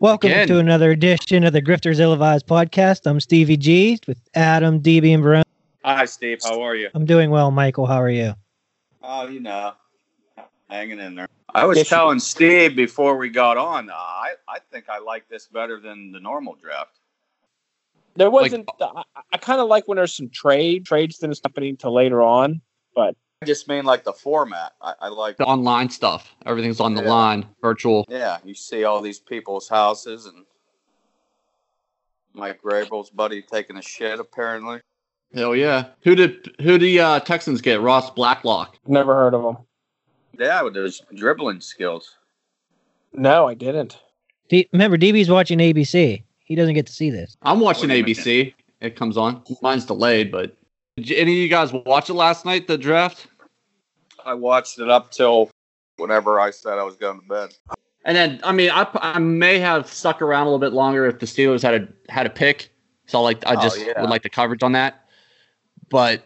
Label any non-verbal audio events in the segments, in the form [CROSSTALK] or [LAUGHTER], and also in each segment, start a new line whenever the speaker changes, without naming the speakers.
Welcome
Again.
to another edition of the Grifters Ill-Advised podcast. I'm Stevie G with Adam, DB, and Barone.
Hi, Steve. How are you?
I'm doing well, Michael. How are you?
Oh, you know, hanging in there. I was telling Steve before we got on, uh, I, I think I like this better than the normal draft.
There
Like-
wasn't. I, I kind of like when there's some trade trades that is happening to later on.
I just mean like the format. I, I like,
The online stuff. Everything's on the
Yeah.
line, virtual.
yeah, you see all these people's houses and Mike Grable's buddy taking a shit, apparently.
Hell yeah. Who did who the uh, Texans get? Ross Blacklock.
Never heard of them.
Yeah, with his dribbling skills.
No, I didn't.
D- Remember, DB's watching ABC. He doesn't get to see this.
I'm watching
Wait a
ABC. It comes on. Mine's delayed, but did you- any of you guys watch it last night? The draft.
I watched it up till whenever I said I was going to bed.
And then, I mean, I, p- I may have stuck around a little bit longer if the Steelers had a had a pick. So like, I
Oh,
just
yeah.
would like the coverage on that. But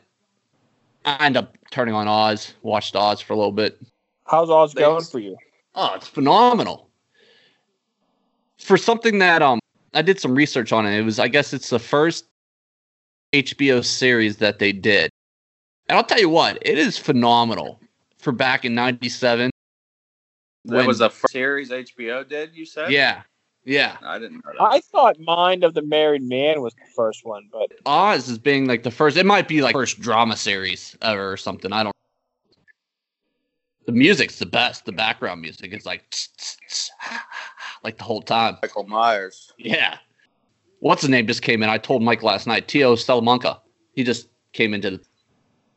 I end up turning on Oz, watched Oz for a little bit.
How's Oz
Thanks.
going for you?
Oh, it's phenomenal. For something that um, I did some research on it. It was, I guess, it's the first HBO series that they did, and I'll tell you what, it is phenomenal. For back in '97,
That was the first series HBO did, you said?
yeah, yeah.
I didn't know that.
I thought Mind of the Married Man was the first one, but
Oz as being like the first. It might be like first drama series ever or something. I don't. The music's the best. The background music is like tss, tss, tss, like the whole time.
Michael Myers.
Yeah. What's his name just came in? I told Mike last night. Tio Salamanca. He just came into the. [LAUGHS]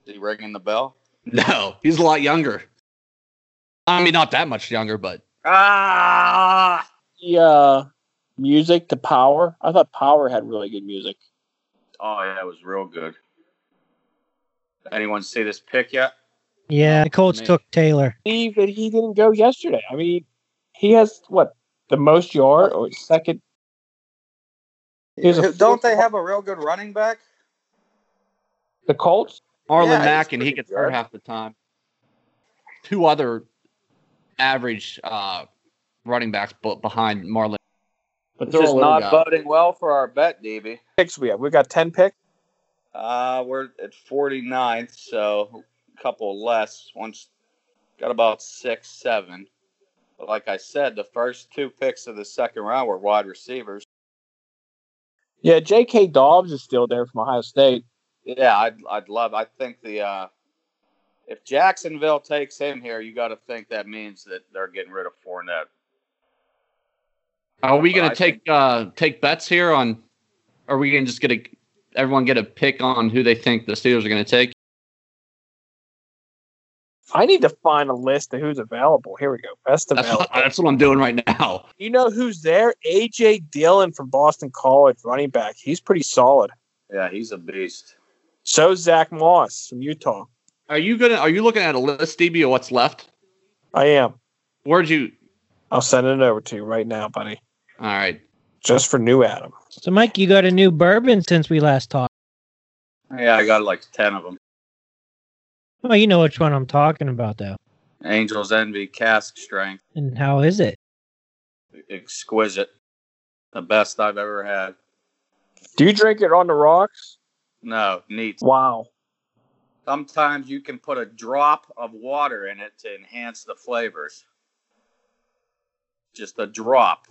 Is he ringing the bell?
No, he's a lot younger. I mean, not that much younger, but
Ah!
the uh, music to Power. I thought Power had really good music.
Oh yeah, it was real good. Anyone see this pick yet?
Yeah, the Colts
man.
took Taylor.
Steve, that he didn't go yesterday. I mean, he has what the most yard or second. He's a
[LAUGHS] Don't they have a real good running back?
The Colts.
Arlen
Yeah, he's
Mack and he
pretty
gets hurt
good.
half the time. Two other average uh, running backs bu- behind Marlon.
But
They're
This is
all
not
little guys.
boding well for our bet, DB.
picks we have. We got ten picks.
Uh, we're at 49th, so a couple less. Once got about six, seven. But like I said, the first two picks of the second round were wide receivers.
Yeah, J.K. Dobbs is still there from Ohio State.
Yeah, I'd I'd love. I think the uh, if Jacksonville takes him here, you got to think that means that they're getting rid of Fournette.
Are we gonna
I
take uh, take bets here on? Are we gonna just get a everyone get a pick on who they think the Steelers are gonna take?
I need to find a list of who's available. Here we go. Best
That's
available.
what, that's what I'm doing right [LAUGHS] now.
You know who's there? AJ Dillon from Boston College, running back. He's pretty solid.
Yeah, he's a beast.
So is Zach Moss from Utah.
Are you gonna? Are you looking at a list, DB, of what's left?
I am.
Where'd you?
I'll send it over to you right now, buddy.
All right.
Just for new Adam.
So, Mike, you got a new bourbon since we last talked.
Yeah, I got like ten of them.
Well, you know which one I'm talking about, though.
Angel's Envy cask strength,
And how is it?
exquisite, the best I've ever had.
Do you drink it on the rocks?
No, neat.
Wow.
Sometimes you can put a drop of water in it to enhance the flavors. Just a drop,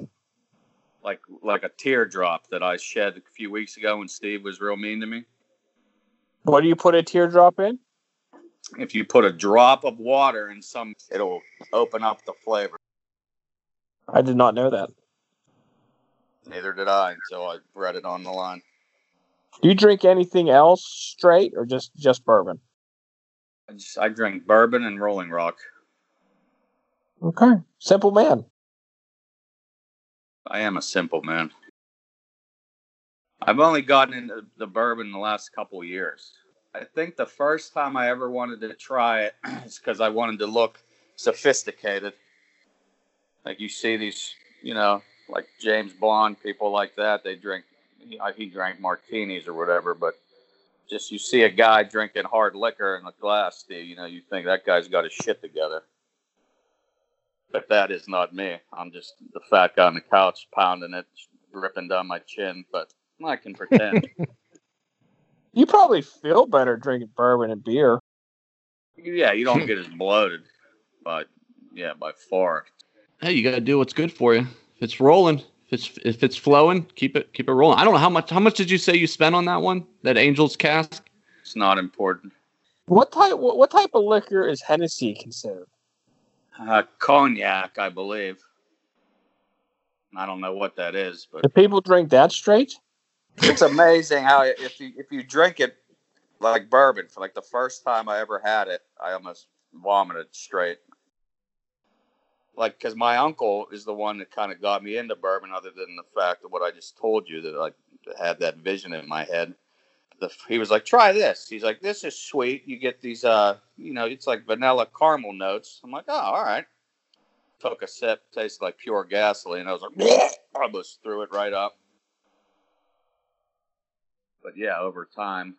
like like a teardrop that I shed a few weeks ago when Steve was real mean to me.
What do you put a teardrop in?
If you put a drop of water in some, it'll open up the flavor.
I did not know that.
Neither did I until I read it on the line.
Do you drink anything else straight or just just bourbon?
I, just, I drink bourbon and Rolling Rock.
Okay. Simple man.
I am a simple man. I've only gotten into the bourbon the last couple of years. I think the first time I ever wanted to try it [CLEARS THROAT] is because I wanted to look sophisticated. Like you see these, you know, like James Bond people like that. They drink, he- uh, he drank martinis or whatever, but just you see a guy drinking hard liquor in a glass, Steve, you know, you think that guy's got his shit together. But that is not me. I'm just the fat guy on the couch pounding it, dripping down my chin. But I can pretend.
You probably feel better drinking bourbon and beer.
yeah, you don't get as bloated, but yeah, by far.
Hey, you gotta do what's good for you. If it's rolling, if it's if it's flowing, keep it keep it rolling. I don't know how much how much did you say you spent on that one? That Angel's cask?
It's not important.
What type? What, what type of liquor is Hennessy considered?
Uh, cognac, I believe. I don't know what that is, but
Do people drink that straight?
it's amazing how if you if you drink it like bourbon for like the first time I ever had it, I almost vomited straight. Like, because my uncle is the one that kind of got me into bourbon, other than the fact of what I just told you that like had that vision in my head. The, he was like, "Try this." He's like, "This is sweet. You get these, uh, you know, it's like vanilla caramel notes." I'm like, "Oh, all right." Took a sip, tasted like pure gasoline. I was like, I almost threw it right up but yeah, over time,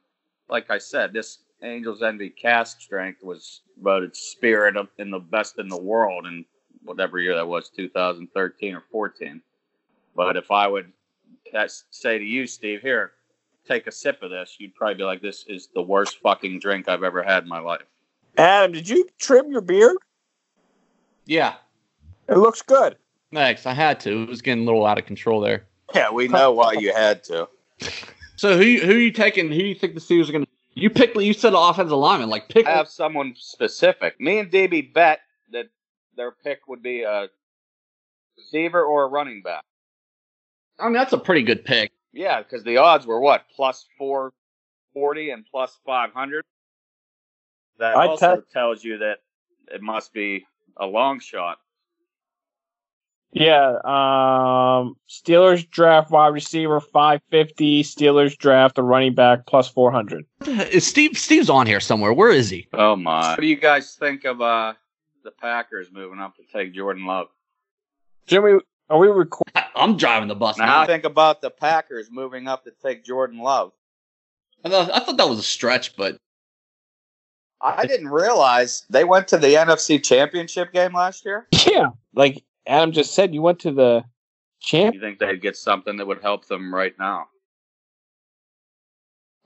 like I said, this Angel's Envy cast strength was voted spirit of, in the best in the world in whatever year that was, 2013 or 14. But if I would that's, say to you, Steve, here, take a sip of this, you'd probably be like, this is the worst fucking drink I've ever had in my life.
Adam, did you trim your beard?
Yeah.
It looks good.
Thanks. I had to. It was getting a little out of control there.
Yeah, we know why you had to.
So who who are you taking? Who do you think the Steelers are gonna? You pick. You said offensive lineman. Like pick.
[LAUGHS] I have someone specific. Me and DB bet that their pick would be a receiver or a running back.
I mean, that's a pretty good pick.
Yeah, because the odds were what plus four forty and plus five hundred. That
I
also
te-
tells you that it must be a long shot.
Yeah. Um, Steelers draft wide receiver five fifty. Steelers draft a running back plus four hundred.
Is Steve Steve's on here somewhere? Where is he? [LAUGHS]
Oh my! What do you guys think of uh, the Packers moving up to take Jordan Love?
Jimmy, are we recording?
I, am driving the bus
Now
now.
I think about the Packers moving up to take Jordan Love.
I thought, I thought that was a stretch, but
I didn't realize they went to the NFC Championship game last year.
Yeah, like Adam just said, you went to the champ.
You think they'd get something that would help them right now?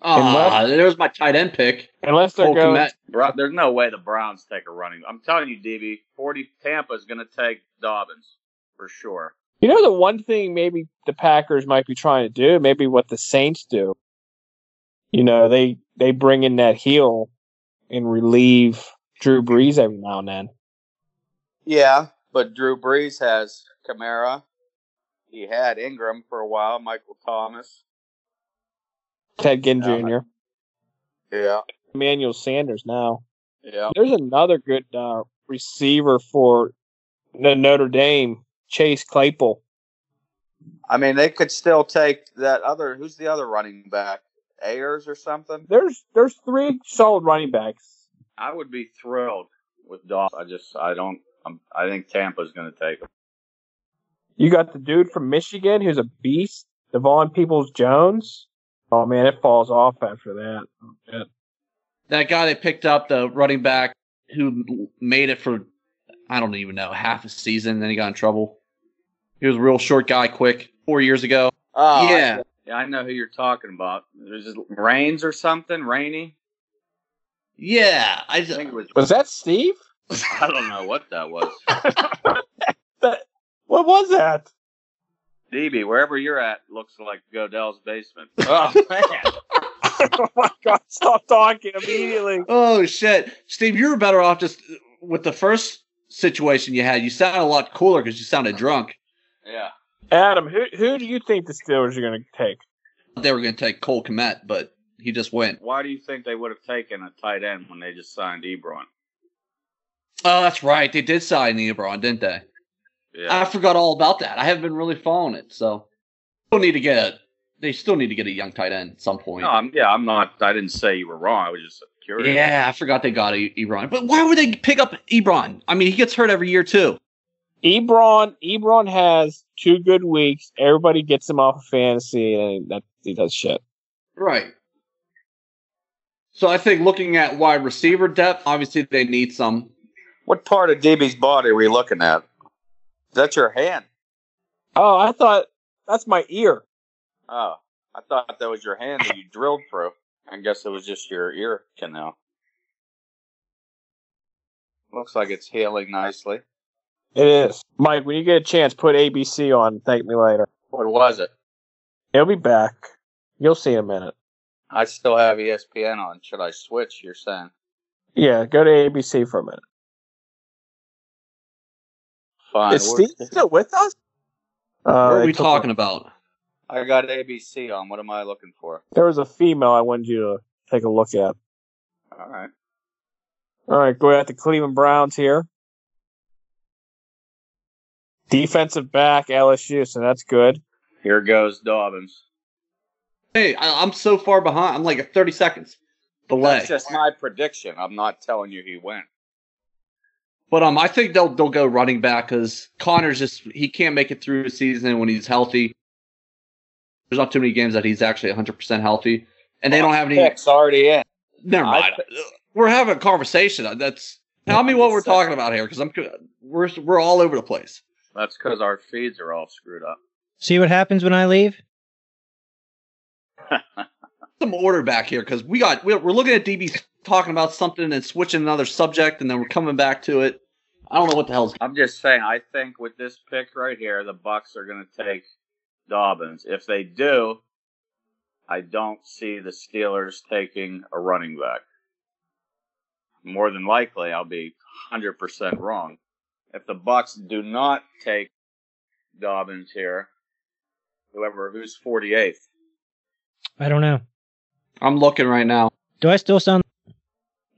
ah, there's my tight end pick.
Unless they're
Cole
going,
Kmet.
Bro, there's no way the Browns take a running. I'm telling you, DB, 40 Tampa's going to take Dobbins for sure.
you know, the one thing maybe the Packers might be trying to do, maybe what the Saints do. You know, they they bring in that heel and relieve Drew Brees every now and then.
Yeah, but Drew Brees has Kamara. He had Ingram for a while, Michael Thomas.
Ted Ginn
Yeah.
Jr.,
Yeah.
Emmanuel Sanders. Now
Yeah.
there's another good uh, receiver for the Notre Dame, Chase Claypool.
I mean, they could still take that other. Who's the other running back? Ayers or something?
There's there's three solid running backs.
I would be thrilled with Dobbins. I just, I don't, I'm, I think Tampa's going to take him.
You got the dude from Michigan who's a beast, Devon Peoples Jones. Oh man, it falls off after that. Oh, shit.
That guy they picked up, the running back who made it for, I don't even know, half a season. Then he got in trouble. He was a real short guy, quick, four years ago.
Oh, I
yeah.
Yeah, I know who you're talking about. There's just rains or something, rainy.
Yeah. I,
I think it was.
Was that Steve?
[LAUGHS] I don't know what that was.
That- what was that? [LAUGHS]
DB, wherever you're at, looks like Godell's basement.
[LAUGHS] Oh,
oh my god, stop talking immediately.
Oh shit, Steve, you were better off just with the first situation you had. You sounded a lot cooler because you sounded drunk.
Yeah.
Adam, who who do you think the Steelers are gonna take?
They were going to take Cole Komet, but he just went.
Why do you think they would have taken a tight end when they just signed Ebron?
Oh, that's right. They did sign Ebron, didn't they? I
Yeah.
forgot all about that. I haven't been really following it, so still need to get. A, they still need to get a young tight end at some point.
No, I'm, yeah, I'm not. I didn't say you were wrong. I was just curious.
yeah, I forgot they got E- Ebron. But why would they pick up Ebron? I mean, he gets hurt every year too.
Ebron Ebron has two good weeks. Everybody gets him off of fantasy and that he does shit.
Right. So I think looking at wide receiver depth, obviously they need some.
What part of DB's body were you looking at? That's your hand.
Oh, I thought that's my ear.
Oh, I thought that was your hand that you drilled through. I guess it was just your ear canal. Looks like it's healing nicely.
It is. Mike, when you get a chance, put ABC on. Thank me later.
What was it?
He'll be back. You'll see in a minute.
I still have E ESPN on. Should I switch? You're saying?
Yeah, go to ABC for a minute.
Fine.
is
we're-
Steve still with us? Uh,
what are
they
we
took
talking about?
I got ABC on. What am I looking for?
a- there was a female I wanted you to take a look at.
All right.
All right, go at the Cleveland Browns here. Defensive back LSU, so that's good.
Here goes Dobbins.
Hey, I, I'm so far behind. I'm like at 30 seconds delay.
That's just my prediction. I'm not telling you he went.
But um, I think they'll they'll go running back because Connor's just he can't make it through the season when he's healthy. There's not too many games that he's actually 100 percent healthy, and they don't have any.
Picks already in.
Never
I
mind. We're having a conversation. Uh, That's tell me what we're talking about here because I'm we're we're all over the place.
That's because our feeds are all screwed up.
See what happens when I leave?
Some order back here because we got we're, we're looking at DB talking about something and switching another subject, and then we're coming back to it. I don't know what the hell's.
I'm just saying. I think with this pick right here, the Bucks are going to take Dobbins. If they do, I don't see the Steelers taking a running back. More than likely, I'll be 100% wrong. If the Bucks do not take Dobbins here, whoever who's 48th,
I don't know.
I'm looking right now.
Do I still sound? [LAUGHS]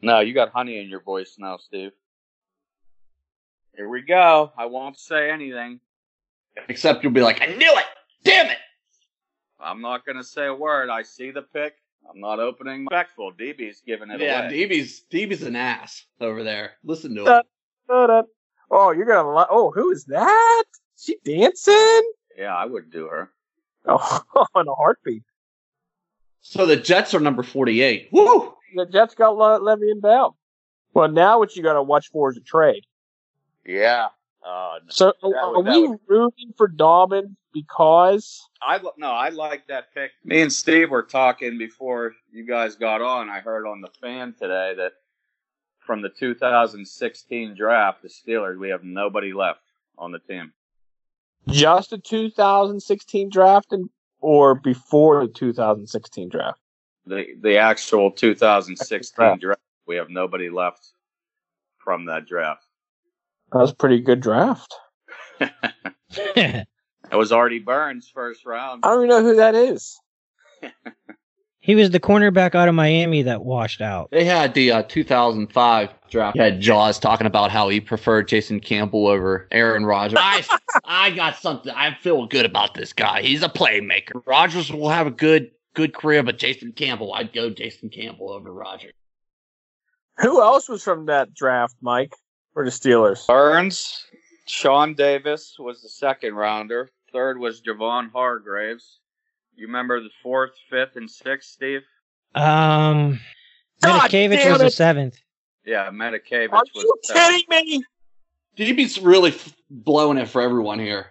No, you got honey in your voice now, Steve. Here we go. I won't say anything.
Except you'll be like, I knew it. Damn it.
I'm not going to say a word. I see the pick. I'm not opening my respectful. DB's giving it
Yeah,
away.
DB's DB's an ass over there. Listen to
Uh,
him.
Da-da. Oh, you're gonna. Li- oh, who is that? She dancing? [LAUGHS]
Yeah, I would do her.
Oh, in a heartbeat.
So the Jets are number forty-eight. Woo!
The Jets got Le- Levy and Bell. Well, now what you gotta watch for is a trade.
Yeah. Uh, no.
So,
would-
are
that
we rooting for Dobbin because?
I li- no, I like that pick. Me and Steve were talking before you guys got on. I heard on the fan today that from the 2016 draft, the Steelers, we have nobody left on the team.
just the 2016 draft and or before the 2016 draft?
the the actual 2016
Draft.
draft. We have nobody left from that draft. [LAUGHS]
That was a pretty good draft.
It was Artie Burns first round.
I don't even know who that is.
he was the cornerback out of Miami that washed out.
They had the uh, 2005 draft. You had Jaws talking about how he preferred Jason Campbell over Aaron Rodgers. I, I got something. I feel good about this guy. He's a playmaker. Rodgers will have a good good career, but Jason Campbell, I'd go Jason Campbell over Rodgers.
Who else was from that draft, Mike? For the Steelers?
Burns, Sean Davis was the second rounder. Third was Javon Hargraves. You remember the fourth, fifth, and sixth, Steve?
Um,
God
Medikavich
damn
was the
it.
seventh.
Yeah, Medikavich
Are
was.
you
the seventh.
kidding
[SIGHS]
me? [SIGHS]
DB's really f- blowing it for everyone here.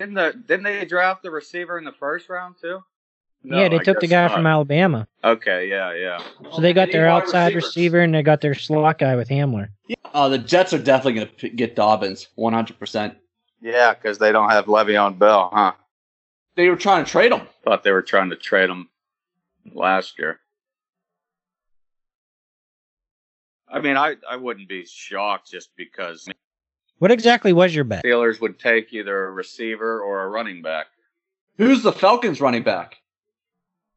Didn't the didn't they draft the receiver in the first round too? No,
yeah, they
I
took the
guess
guy
not.
from Alabama.
Okay, yeah, yeah.
So they got
Any
their
wide
outside
receivers?
receiver and they got their slot guy with Hamler.
Uh, the Jets are definitely going to p- get Dobbins 100%.
Yeah, because they don't have Le'Veon Bell, huh?
They were trying to trade him.
Thought they were trying to trade him last year. I mean, I, I wouldn't be shocked just because
What exactly was your bet?
Steelers would take either a receiver or a running back.
Who's the Falcons running back?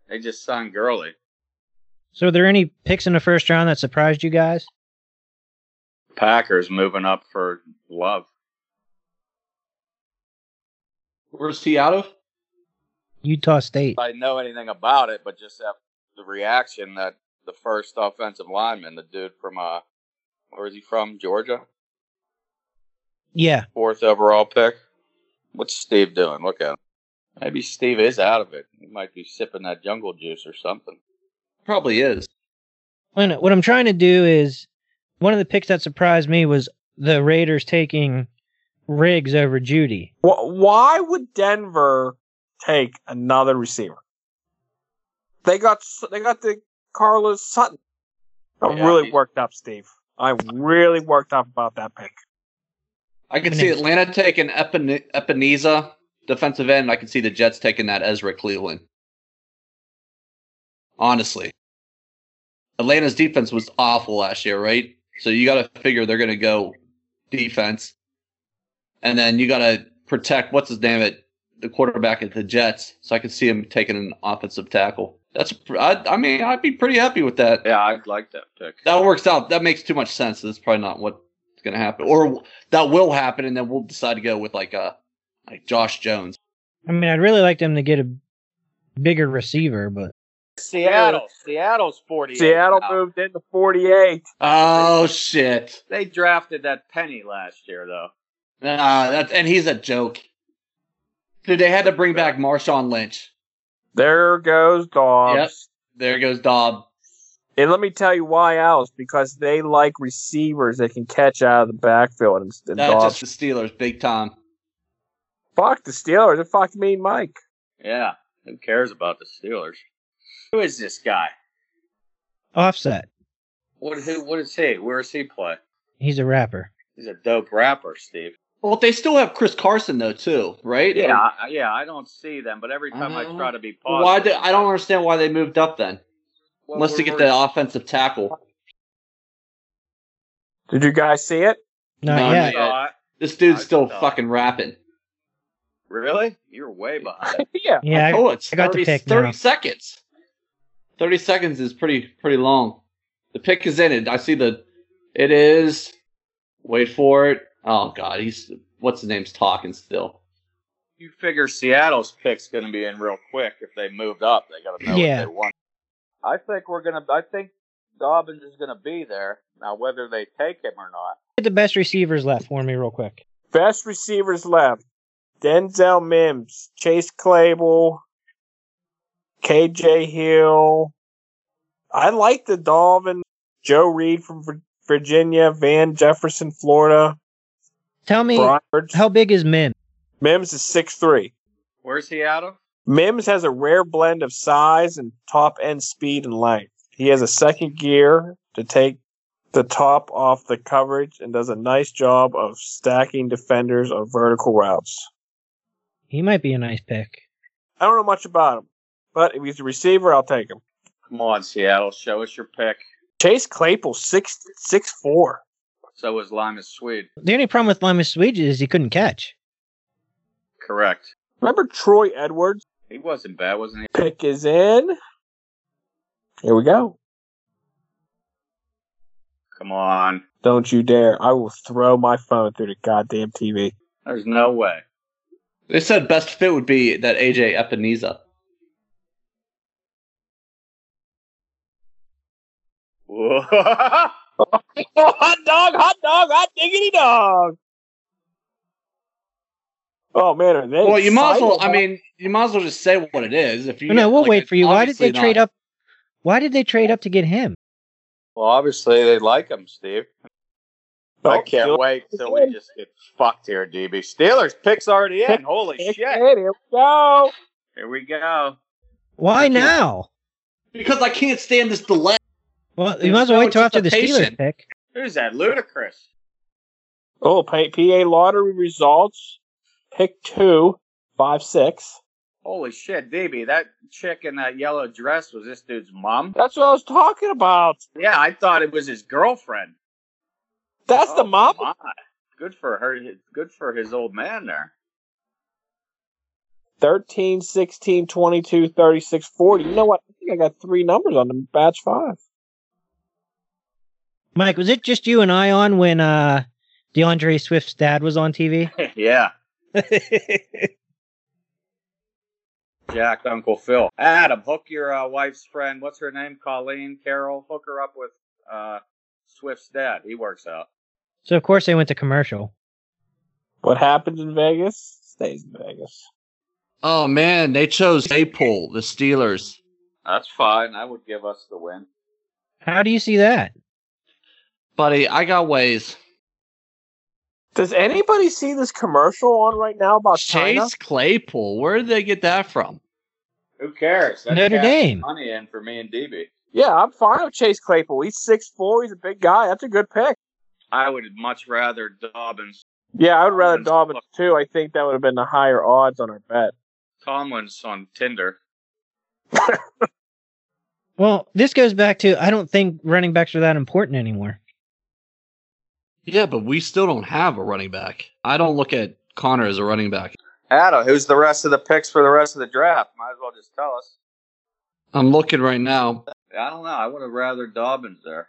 They just signed Gurley.
So, are there any picks in the first round that surprised you guys?
Packers moving up for Love.
Where's he out of?
Utah State.
I didn't know anything about it, but just after the reaction that the first offensive lineman, the dude from uh, where is he from? Georgia,
Yeah,
fourth overall pick. What's Steve doing? Look at him. Maybe Steve is out of it. He might be sipping that jungle juice or something.
Probably is.
When- what I'm trying to do is one of the picks that surprised me was the Raiders taking Riggs over Judy.
Wh- Why would Denver take another receiver? They got s- they got the Carlos Sutton. I'm
Yeah,
really
he-
worked up, Steve. I'm really worked up about that pick.
I can see Atlanta taking Epine- Epineza, defensive end. I can see the Jets taking that Ezra Cleveland. Honestly, Atlanta's defense was awful last year, right? So you got to figure they're going to go defense, and then you got to protect what's his name at the quarterback at the Jets. So I could see him taking an offensive tackle. That's pr- I, I mean I'd be pretty happy with that
Yeah, I'd like that pick.
that works out. That makes too much sense. That's probably not what's going to happen, or that will happen, and then we'll decide to go with like uh like Josh Jones.
I mean, I'd really like them to get a bigger receiver, but
Seattle. Seattle's 48.
Seattle
now.
moved into 48.
Oh shit!
They drafted that Penny last year, though.
Nah, that's and he's a joke. Dude, they had to bring back Marshawn Lynch.
There goes Dobbs.
There goes Dobb.
And let me tell you why else because they like receivers that can catch out of the backfield. And, and
That's
Dobbs,
just the Steelers, big time.
fuck the Steelers. It fucked me and Mike.
Yeah. Who cares about the Steelers? Who is this guy?
offset.
What, who, what is he? Where is he play?
He's a rapper.
He's a dope rapper, Steve.
Well, they still have Chris Carson though, too, right?
Yeah, I, yeah. I don't see them, but every time I
Uh,
try to be positive,
Why? Do, I don't understand why they moved up then,
Well,
unless they
we're-
get the offensive tackle.
Did you guys see it?
Not
No,
yet.
not yet.
Uh,
This dude's
I
still
saw.
fucking rapping.
really? You're way
[LAUGHS]
behind.
yeah.
Yeah, I-
oh, it's
got the
30,
pick now.
30 seconds. 30 seconds is pretty pretty long. The pick is in it. I see the it is wait for it. Oh god, he's what's his name's talking still.
you figure Seattle's pick's going to be in real quick if they moved up. They got to know
Yeah.
what they want. I think we're going to. I think Dobbins is going to be there now, whether they take him or not.
Get the best receivers left for me, real quick.
Best receivers left Denzel Mims, Chase Claypool, KJ Hill. I like the Dolphins. Joe Reed from Vir- Virginia, Van Jefferson, Florida,
Tell me,
Brian Burch-
how big is Mim?
Mims is six three.
Where's he out of?
Mims has a rare blend of size and top end speed and length. He has a second gear to take the top off the coverage and does a nice job of stacking defenders on vertical routes.
He might be a nice pick.
I don't know much about him, but if he's a receiver, I'll take him.
Come on, Seattle, show us your pick.
Chase Claypool, six six four.
So was Lima Swede.
The only problem with Lima Swede is he couldn't catch.
Correct.
Remember Troy Edwards?
He wasn't bad, wasn't he?
Pick is in. Here we go.
Come on.
Don't you dare. I will throw my phone through the goddamn TV.
There's no way. [LAUGHS]
They said best fit would be that AJ Epineza.
Whoa.
Oh, hot dog, hot dog, hot diggity dog. Oh man, are they?
Well, you might as
excited
well. I
about-
mean, you might as well just say what it is. If you
no, we'll
like,
wait for you. Why did they
obviously
trade
not.
up? Why did they trade up to get him?
well, obviously they like him, Steve.
Oh,
I can't
Steelers
wait till we just get fucked here, DB. Steelers pick's already in. Holy
pick
shit!
it, Here we go.
Here we go.
Why
Thank you.
now?
Because I can't stand this delay.
Well, you might as well
No,
wait till
it's
after
just
the
a
Steelers
patient.
pick.
Who's that? Ludicrous.
Oh, P- PA lottery results. Pick two, five, six.
Holy shit, DB! That chick in that yellow dress was this dude's mom.
That's what I was talking about.
Yeah, I thought it was his girlfriend.
That's the
Oh,
mom.
my. Good for her. Good for his old man there. [LAUGHS]
13, 16, 22, 36, 40. You know what? I think I got three numbers on the batch five.
Mike, was it just you and I on when uh, DeAndre Swift's dad was on
[LAUGHS]
TV?
yeah, Jack, Uncle Phil. Adam, hook your uh, wife's friend. What's her name? Colleen Carroll. Hook her up with uh, Swift's dad. He works out.
so of course they went to commercial.
What happens in Vegas stays in Vegas.
Oh man, they chose Apol, the Steelers.
That's fine. I would give us the win.
How do you see that?
Buddy, I got ways.
Does anybody see this commercial on right now
Oh,
about China?
Chase Claypool. Where did they get that from?
Who cares?
Notre
cash
Dame.
Money in for me and DB.
Yeah, I'm fine with Chase Claypool. He's six four. He's a big guy. That's a good pick.
I would much rather Dobbins.
Yeah, I would rather
Dobbins.
Dobbins too. I think that would have been the higher odds on our bet.
Tomlin's on Tinder.
Well, this goes back to I don't think running backs are that important anymore.
Yeah, but we still don't have a running back. I don't look at Connor as a running back.
Adam, who's the rest of the picks for the rest of the draft? Might as well just tell us.
I'm looking right now.
I don't know. I would have rather Dobbins there.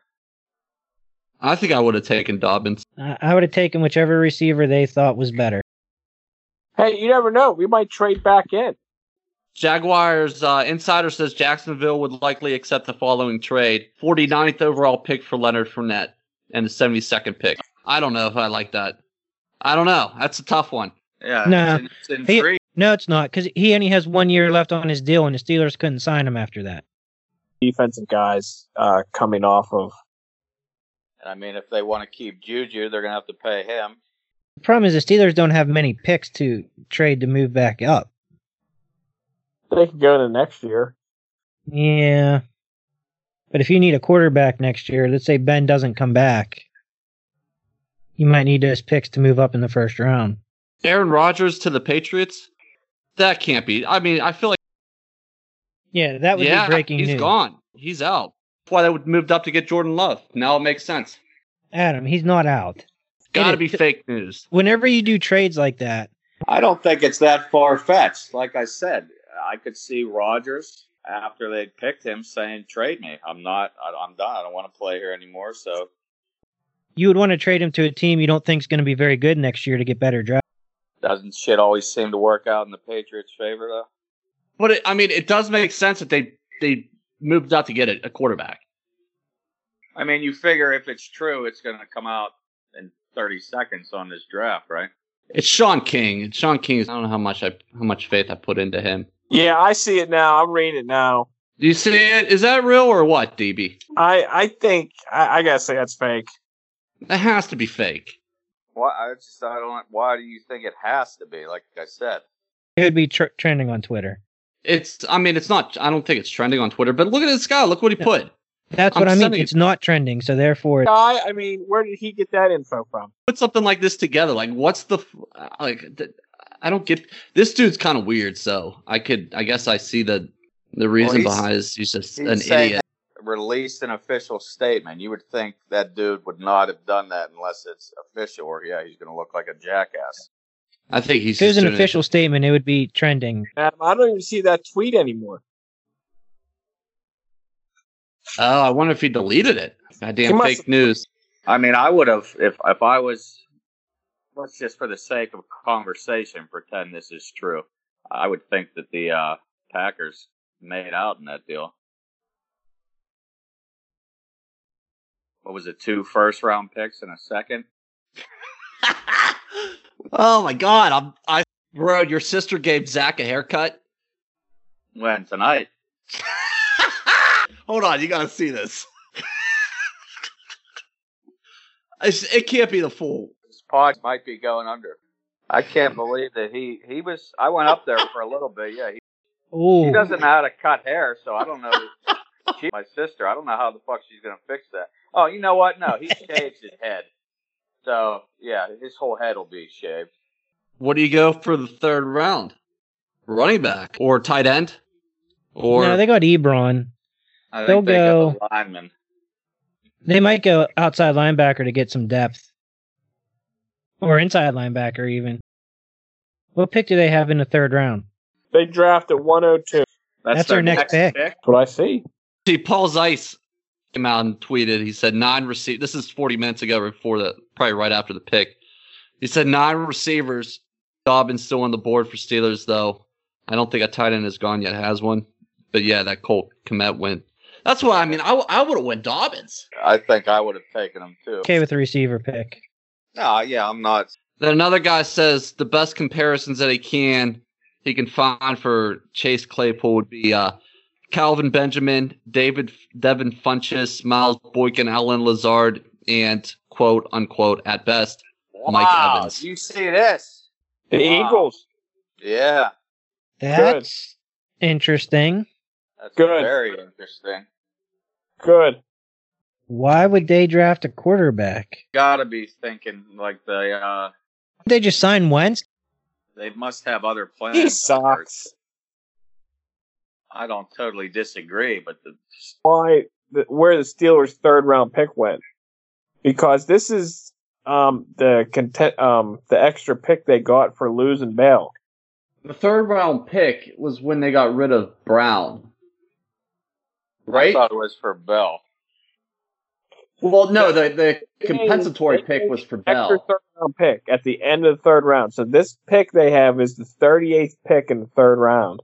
I think I would have taken Dobbins.
I, I would have taken whichever receiver they thought was better.
Hey, you never know. We might trade back in.
Jaguars uh, insider says Jacksonville would likely accept the following trade 49th overall pick for Leonard Fournette and the 72nd pick. I don't know if I like that. I don't know. That's a tough one.
Yeah.
No.
It's, it's in
He-
three.
No, it's not because he only has one year left on his deal, and the Steelers couldn't sign him after that.
Defensive guys uh, coming off of.
And I mean, if they want to keep Juju, they're going to have to pay him.
The problem is the Steelers don't have many picks to trade to move back up.
They could go to next year.
Yeah, but if you need a quarterback next year, let's say Ben doesn't come back, you might need those picks to move up in the first round.
Aaron Rodgers to the Patriots? That can't be. I mean, I feel like
Yeah, that would
yeah,
be breaking
he's
news.
gone. He's out. That's why they would moved up to get Jordan Love. Now it makes sense.
Adam, he's not out.
Got to
is-
be fake news.
Whenever you do trades like that,
I don't think it's that far fetched. Like I said, I could see Rodgers after they picked him saying, "Trade me. I'm not. I, I'm done. I don't want to play here anymore." So
you would want to trade him to a team you don't think is going to be very good next year to get better draft.
doesn't shit always seem to work out in the Patriots' favor, though?
But it, I mean, it does make sense that they they moved out to get a, a quarterback.
I mean, you figure if it's true, it's going to come out in 30 seconds on this draft, right?
It's Sean King. And Sean King. is- I don't know how much I how much faith I put into him.
Yeah, I see it now. I'm reading it now.
Do you see it? Is that real or what, DB?
I I think I, I gotta say that's fake.
That has to be fake.
Why? I just I don't. Why do you think it has to be? Like I said,
It would be tr- trending on Twitter.
It's. I mean, it's not. I don't think it's trending on Twitter. But look at this guy. Look what he
Yeah.
put.
That's
I'm
what I mean.
sending-
It's not trending, so therefore,
Guy, I mean, where did he get that info from?
Put something like this together. Like, what's the f- like? th- I don't get. This dude's kind of weird. So I could. I guess I see the the reason
he's-
behind is he's just
he's
an
saying
idiot.
released an official statement. You would think that dude would not have done that unless it's official, or yeah, he's going to look like a jackass.
I think he's.
if it was
just
an
doing it-
official statement, it would be trending.
Adam, I don't even see that tweet anymore.
Oh, I wonder if he deleted it. Goddamn
He must-
fake news.
I mean, I would have if if I was. Let's just for the sake of conversation pretend this is true. I would think that the uh, Packers made out in that deal. What was it? Two first round picks and a second.
oh my god! I'm. I bro, your sister gave Zach a haircut.
When tonight?
[LAUGHS] Hold on, you gotta see this. [LAUGHS] it's, it can't be the fool.
This pod might be going under. I can't believe that he he was. I went up there for a little bit. Yeah, he, he
Oh,
doesn't know how to cut hair, so I don't know. She, my sister, I don't know how the fuck she's gonna fix that. Oh, you know what? No, he shaved his head. So yeah, his whole head will be shaved.
What do you go for the third round? Running back or tight end? Or
no, they got Ebron.
I
They'll go-
got the lineman.
They might go outside linebacker to get some depth, or inside linebacker even. What pick do they have in the third round?
They draft at 102.
That's our next pick.
That's what I see.
see Paul Zeiss came out and tweeted. He said nine receive. This is 40 minutes ago, before the probably right after the pick. He said nine receivers. Dobbins still on the board for Steelers though. I don't think a tight end is gone yet. Has one, but yeah, that Colt Komet went. That's why I mean I, I would have went Dobbins.
I think I would have taken him too.
Okay with the receiver pick.
No, yeah, I'm not.
Then another guy says the best comparisons that he can he can find for Chase Claypool would be uh, Calvin Benjamin, David Devin Funches, Miles Boykin, Alan Lazard, and quote unquote at best Mike
wow,
Evans.
You see this?
The
Wow.
Eagles.
Yeah.
That's interesting.
That's
Good.
very interesting.
Good.
Why would they draft a quarterback?
Gotta be thinking like they uh
They just signed Wentz.
they must have other plans.
He sucks.
I don't totally disagree, but the
why the, where the Steelers' third round pick went because this is um, the content um, the extra pick they got for losing Bell.
The third round pick was when they got rid of Brown.
I
Right?
thought it was for Bell.
Well, no, the, the
They
compensatory pick
made
was for
Extra
Bell.
third round pick at the end of the third round. So this pick they have is the thirty eighth pick in the third round.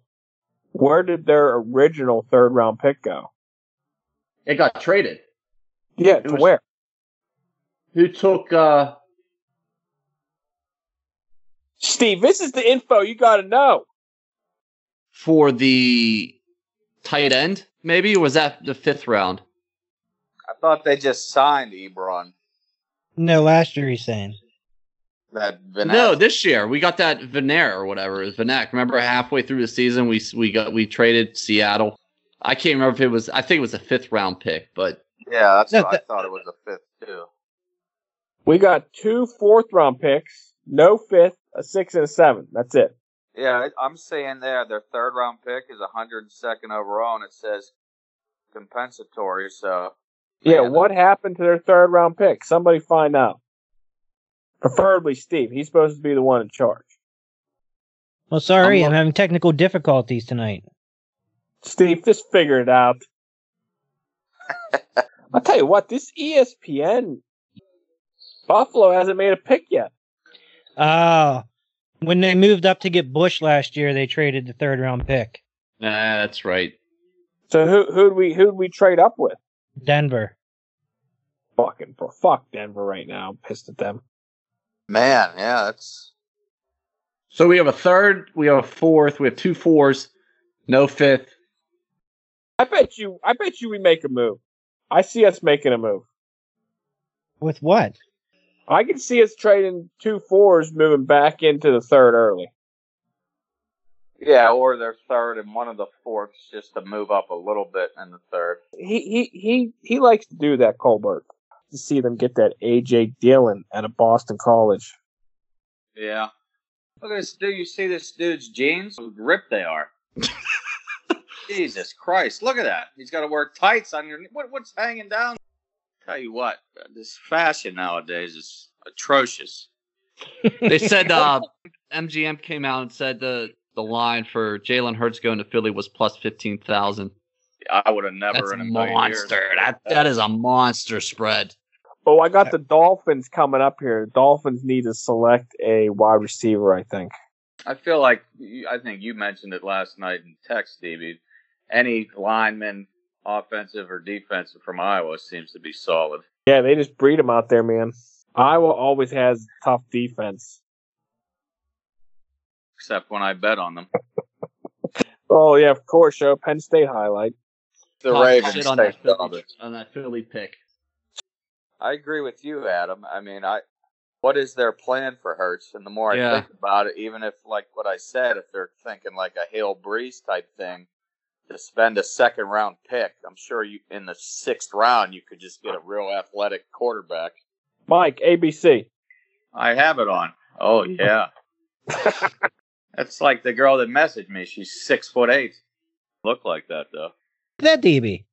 Where did their original third round pick go?
It got traded.
Yeah,
It
to
was-
where?
Who took uh
Steve, this is the info you got to know.
for the tight end, maybe? Or was that the fifth round?
I thought they just signed Ebron.
No, last year he's saying.
That Van
No,
Ass-
this year we got that Venair or whatever is Venac. Remember, halfway through the season, we we got we traded Seattle. I can't remember if it was. I think it was a fifth round pick, but
yeah, that's
No,
what I
that-
thought it was a fifth too.
We got two fourth round picks, no fifth, a sixth, and a seventh. That's it.
Yeah, I- I'm seeing there their third round pick is 102nd overall, and it says compensatory. So
Yeah,
Man.
what happened to their third round pick? Somebody find out. Preferably Steve. He's supposed to be the one in charge.
Well, sorry,
I'm
I'm having technical difficulties tonight.
Steve, just figure it out. I'll tell you what, this E ESPN Buffalo hasn't made a pick yet.
Oh, when they moved up to get Bush last year, they traded the third round pick.
nah, that's right.
So who who'd we who'd we trade up with?
Denver.
Fucking for fuck Denver right now. I'm pissed at them.
man, yeah, that's
So we have a third, we have a fourth, we have two fours, no fifth.
I bet you I bet you we make a move. I see us making a move.
With what?
I can see us trading two fours moving back into the third early.
yeah, or their third and one of the fourths just to move up a little bit in the third.
he he he he likes to do that Colbert to see them get that AJ Dillon out of Boston College.
Yeah. Look at this dude. You see this dude's jeans? How ripped
[LAUGHS]
they are. Jesus Christ! Look at that. He's got to wear tights on your. What, what's hanging down? Tell you what, this fashion nowadays is atrocious.
They [LAUGHS] said uh, MGM came out and said the the line for Jalen Hurts going to Philly was plus fifteen thousand.
I would have never
That's a
in a million years.
monster. That that is a monster spread.
Oh, I got the Dolphins coming up here. Dolphins need to select a wide receiver, I think.
I feel like you- I think you mentioned it last night in text, Stevie. Any lineman, offensive or defensive from Iowa, seems to be solid.
Yeah, they just breed them out there, man. Iowa always has tough defense.
Except when I bet on them.
Oh yeah, of course. Show a Penn State highlight.
The
Talk
Ravens.
shit on that Philly, on that Philly pick.
I agree with you, Adam. I mean, I what is their plan for Hurts? And the more I
Yeah.
think about it, even if like what I said, if they're thinking like a Hail Breeze type thing, to spend a second round pick, I'm sure you in the sixth round you could just get a real athletic quarterback.
Mike, ABC.
I have it on. Oh yeah. That's like the girl that messaged me. She's six foot eight. Look like that though.
That DB.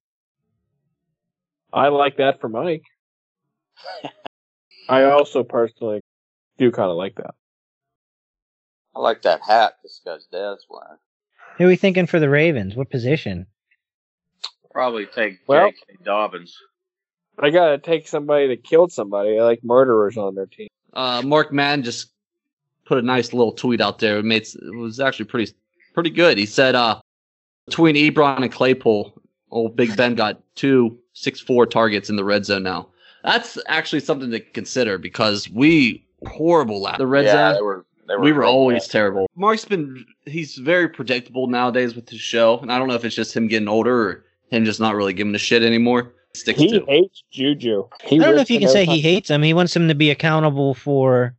I like that for Mike. I also personally do kind of like that.
I like that hat this guy's dad's wearing.
Who are we thinking for the Ravens? What position?
Probably take
Well-
J.K. Dobbins.
I gotta take somebody that killed somebody. I like murderers on their team.
Uh, Mark Mann just put a nice little tweet out there. It made it was actually pretty pretty good. He said uh, between Ebron and Claypool, old Big Ben got two six four targets in the red zone now. That's actually something to consider because we were horrible at the red
yeah,
zone.
they were. They were
we were
real
always
bad.
terrible. Mark's been he's very predictable nowadays with his show, and I don't know if it's just him getting older or him just not really giving a shit anymore. sticks
He
to.
hates Juju. He
I don't know
lives
if you
for
can
no
say
con-
he hates him. He wants him to be accountable for.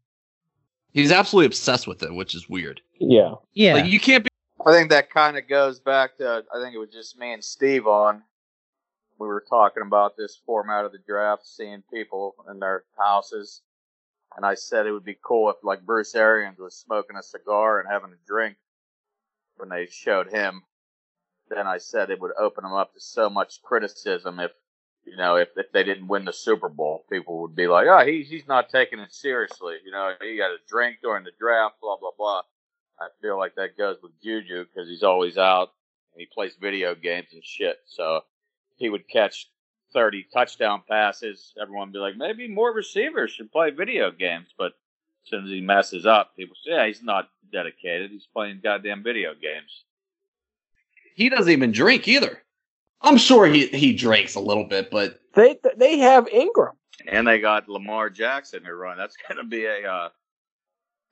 He's absolutely obsessed with it, which is weird.
Yeah.
Yeah,
Like you can't be
I think that kind of goes back to I think it was just me and Steve on. We were talking about this format of the draft, seeing people in their houses, and I said it would be cool if like Bruce Arians was smoking a cigar and having a drink when they showed him. Then I said it would open him up to so much criticism if you know if, if they didn't win the Super Bowl, people would be like, oh, he's he's not taking it seriously. You know, he got a drink during the draft, blah blah blah. I feel like that goes with Juju because he's always out and he plays video games and shit. So he would catch 30 touchdown passes. Everyone would be like, maybe more receivers should play video games. But as soon as he messes up, people say, yeah, he's not dedicated. He's playing goddamn video games.
he doesn't even drink either. I'm sure he, he drinks a little bit, but
They they have Ingram.
And they got Lamar Jackson to run. That's going to be a uh,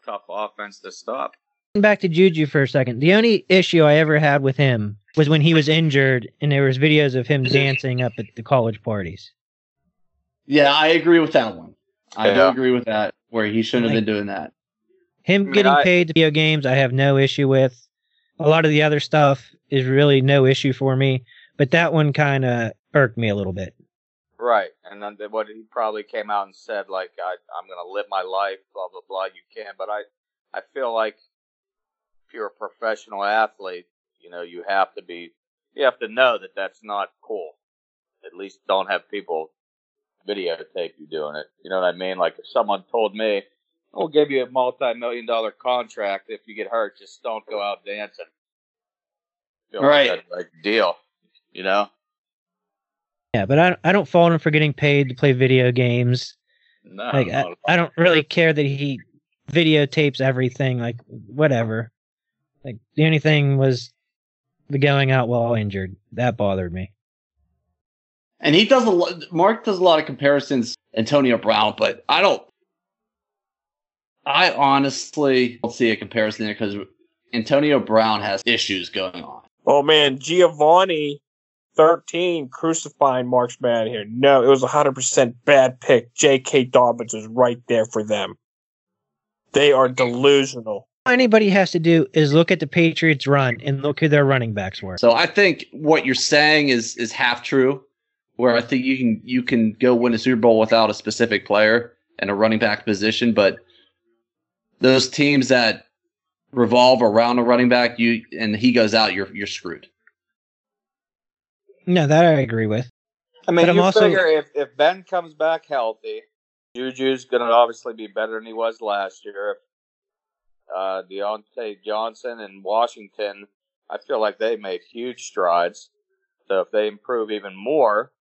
tough offense to stop.
back to Juju for a second. The only issue I ever had with him was when he was injured, and there was videos of him dancing up at the college parties.
yeah, I agree with that one. I do
Yeah.
agree with that where he shouldn't have been doing that.
Him
I mean,
getting
I-
paid to video games, I have no issue with. A lot of the other stuff is really no issue for me, but that one kind of irked me a little bit.
Right. And then the- what he probably came out and said, like, I, I'm going to live my life, blah, blah, blah. You can. But I, I feel like if you're a professional athlete, you know, you have to be, you have to know that that's not cool. At least don't have people videotape you doing it. You know what I mean? Like if someone told me, we'll give you a multi-million dollar contract if you get hurt, just don't go out dancing. I feel like
Right.
that's a big deal, you know?
Yeah, but I, I don't fault him for getting paid to play video games.
No,
Like
not at
I,
all.
I don't really care that he videotapes everything. Like whatever. Like the only thing was the going out while injured. That bothered me.
And he does a lot, Mark does a lot of comparisons Antonio Brown, but I don't I honestly don't see a comparison there because Antonio Brown has issues going on.
Oh man, Giovanni thirteen crucifying March Madness here. No, it was hundred percent bad pick. J.K. Dobbins is right there for them. They are delusional.
All anybody has to do is look at the Patriots run and look who their running backs were.
So I think what you're saying is is half true, where I think you can you can go win a Super Bowl without a specific player and a running back position, but those teams that revolve around a running back, you and he goes out, you're you're screwed.
No, that I agree with.
I mean,
But I'm
you
also-
figure if, if Ben comes back healthy, Juju's going to obviously be better than he was last year. Uh, Deontay Johnson and Washington, I feel like they made huge strides. So if they improve even more,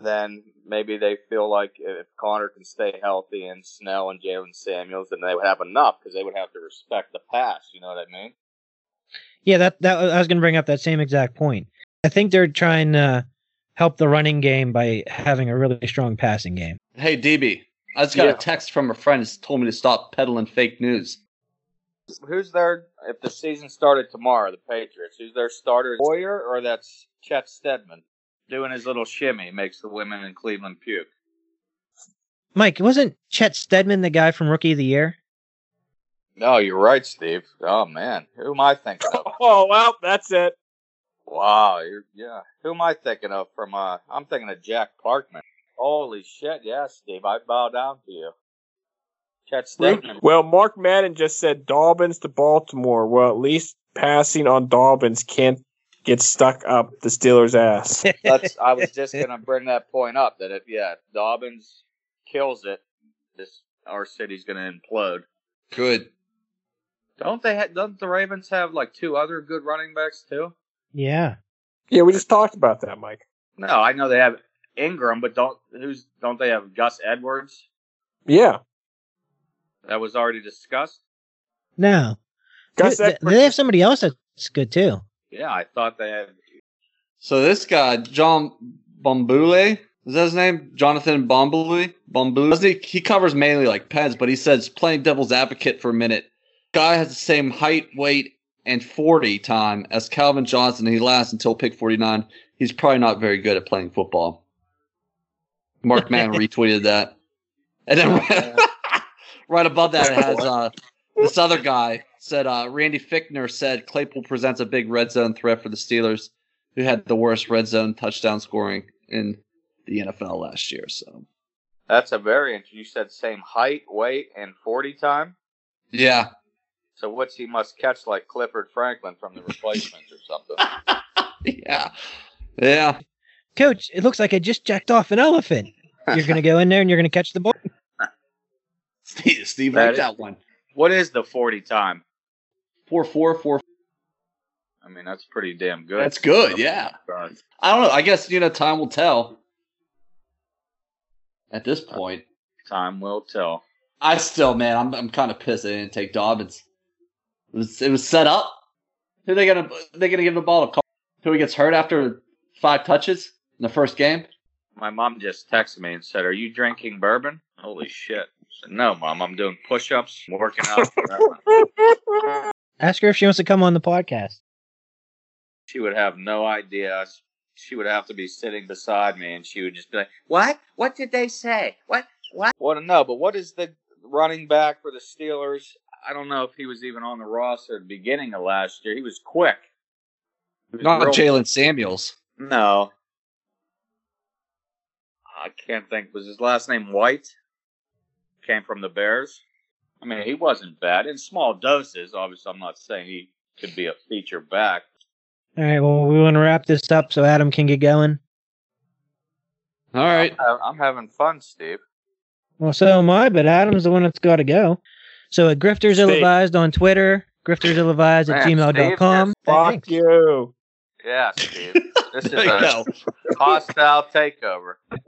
then maybe they feel like if Connor can stay healthy and Snell and Jalen Samuels, then they would have enough because they would have to respect the pass. You know what I mean?
Yeah, that that I was going to bring up that same exact point. I think they're trying to help the running game by having a really strong passing game.
Hey DB, I just got
Yeah.
a text from a friend that's told me to stop peddling fake news.
Who's their if the season started tomorrow, the Patriots, who's their starter Boyer or that's Chet Stedman? Doing his little shimmy makes the women in Cleveland puke.
Mike, wasn't Chet Stedman the guy from Rookie of the Year?
No, you're right, Steve. Oh man. Who am I thinking of?
Oh well, that's it.
wow, you're yeah. Who am I thinking of from uh I'm thinking of Jack Parkman. Holy shit, yeah, Steve, I bow down to you. Chet Stedman.
Well, Mark Madden just said Dobbins to Baltimore. Well, at least passing on Dobbins can't get stuck up the Steelers' ass.
That's I was just gonna bring that point up that if yeah, if Dobbins kills it, this our city's gonna implode.
Good.
Don't they? Ha- don't the Ravens have like two other good running backs too?
[LAUGHS] yeah.
Yeah, we just talked about that, Mike.
No, I know they have Ingram, but don't who's don't they have Gus Edwards?
Yeah,
That was already discussed.
No.
Gus
They-
Edwards-
they have somebody else that's good too.
Yeah, I thought they had.
So this guy, John Bombule, is that his name? Jonathan Bombule? Bombule? Doesn't He, he covers mainly like pens, but he says playing devil's advocate for a minute. Guy has the same height, weight, and 40 time as Calvin Johnson. and He lasts until pick 49. He's probably not very good at playing football. Mark Mann retweeted that. And then right, [LAUGHS] right above that, it has uh, this other guy said uh, Randy Fickner said Claypool presents a big red zone threat for the Steelers, who had the worst red zone touchdown scoring in the NFL last year. So
That's a variant. You said same height, weight, and 40 time.
yeah, [LAUGHS]
So what's he must catch like Clifford Franklin from the replacements or something?
[LAUGHS] yeah, yeah.
Coach, it looks like I just jacked off an elephant. You're going to go in there and you're going to catch the ball.
Steve, Steve
That
liked
is-
that one.
What is the 40 time?
Four four four.
I mean, that's pretty damn good.
That's good. Yeah.
Sorry.
I don't know. I guess you know time will tell. At this
Uh,
point,
Time will tell.
I still, man, I'm I'm kind of pissed they didn't take Dobbins. It was it was set up. Who they gonna they gonna give the ball to? Carr? Who gets hurt after five touches in the first game?
My mom just texted me and said, "Are you drinking bourbon?" Holy shit! I said, no, mom, I'm doing push-ups, working
[LAUGHS]
out.
Ask her if she wants to come on the podcast.
she would have no idea. She would have to be sitting beside me, and she would just be like, "What? What did they say? What? What?" Well, no, but what is the running back for the Steelers? I don't know if he was even on the roster at the beginning of last year. He was quick. He was
Not
real-
Jalen Samuels.
No. I can't think. Was his last name White? Came from the Bears. I mean, he wasn't bad in small doses. Obviously, I'm not saying he could be a feature back.
All right, well, we want to wrap this up so Adam can get going.
All
[LAUGHS]
right.
I- I'm having fun, Steve.
Well, so am I, but Adam's the one that's got to go. So at Grifters
Steve.
Ill-Advised on Twitter, griftersillivised at
Man,
gmail.com.
Steve,
Fuck
Thanks.
you.
[LAUGHS]
Yeah, Steve. This is
There you
a
go.
hostile takeover.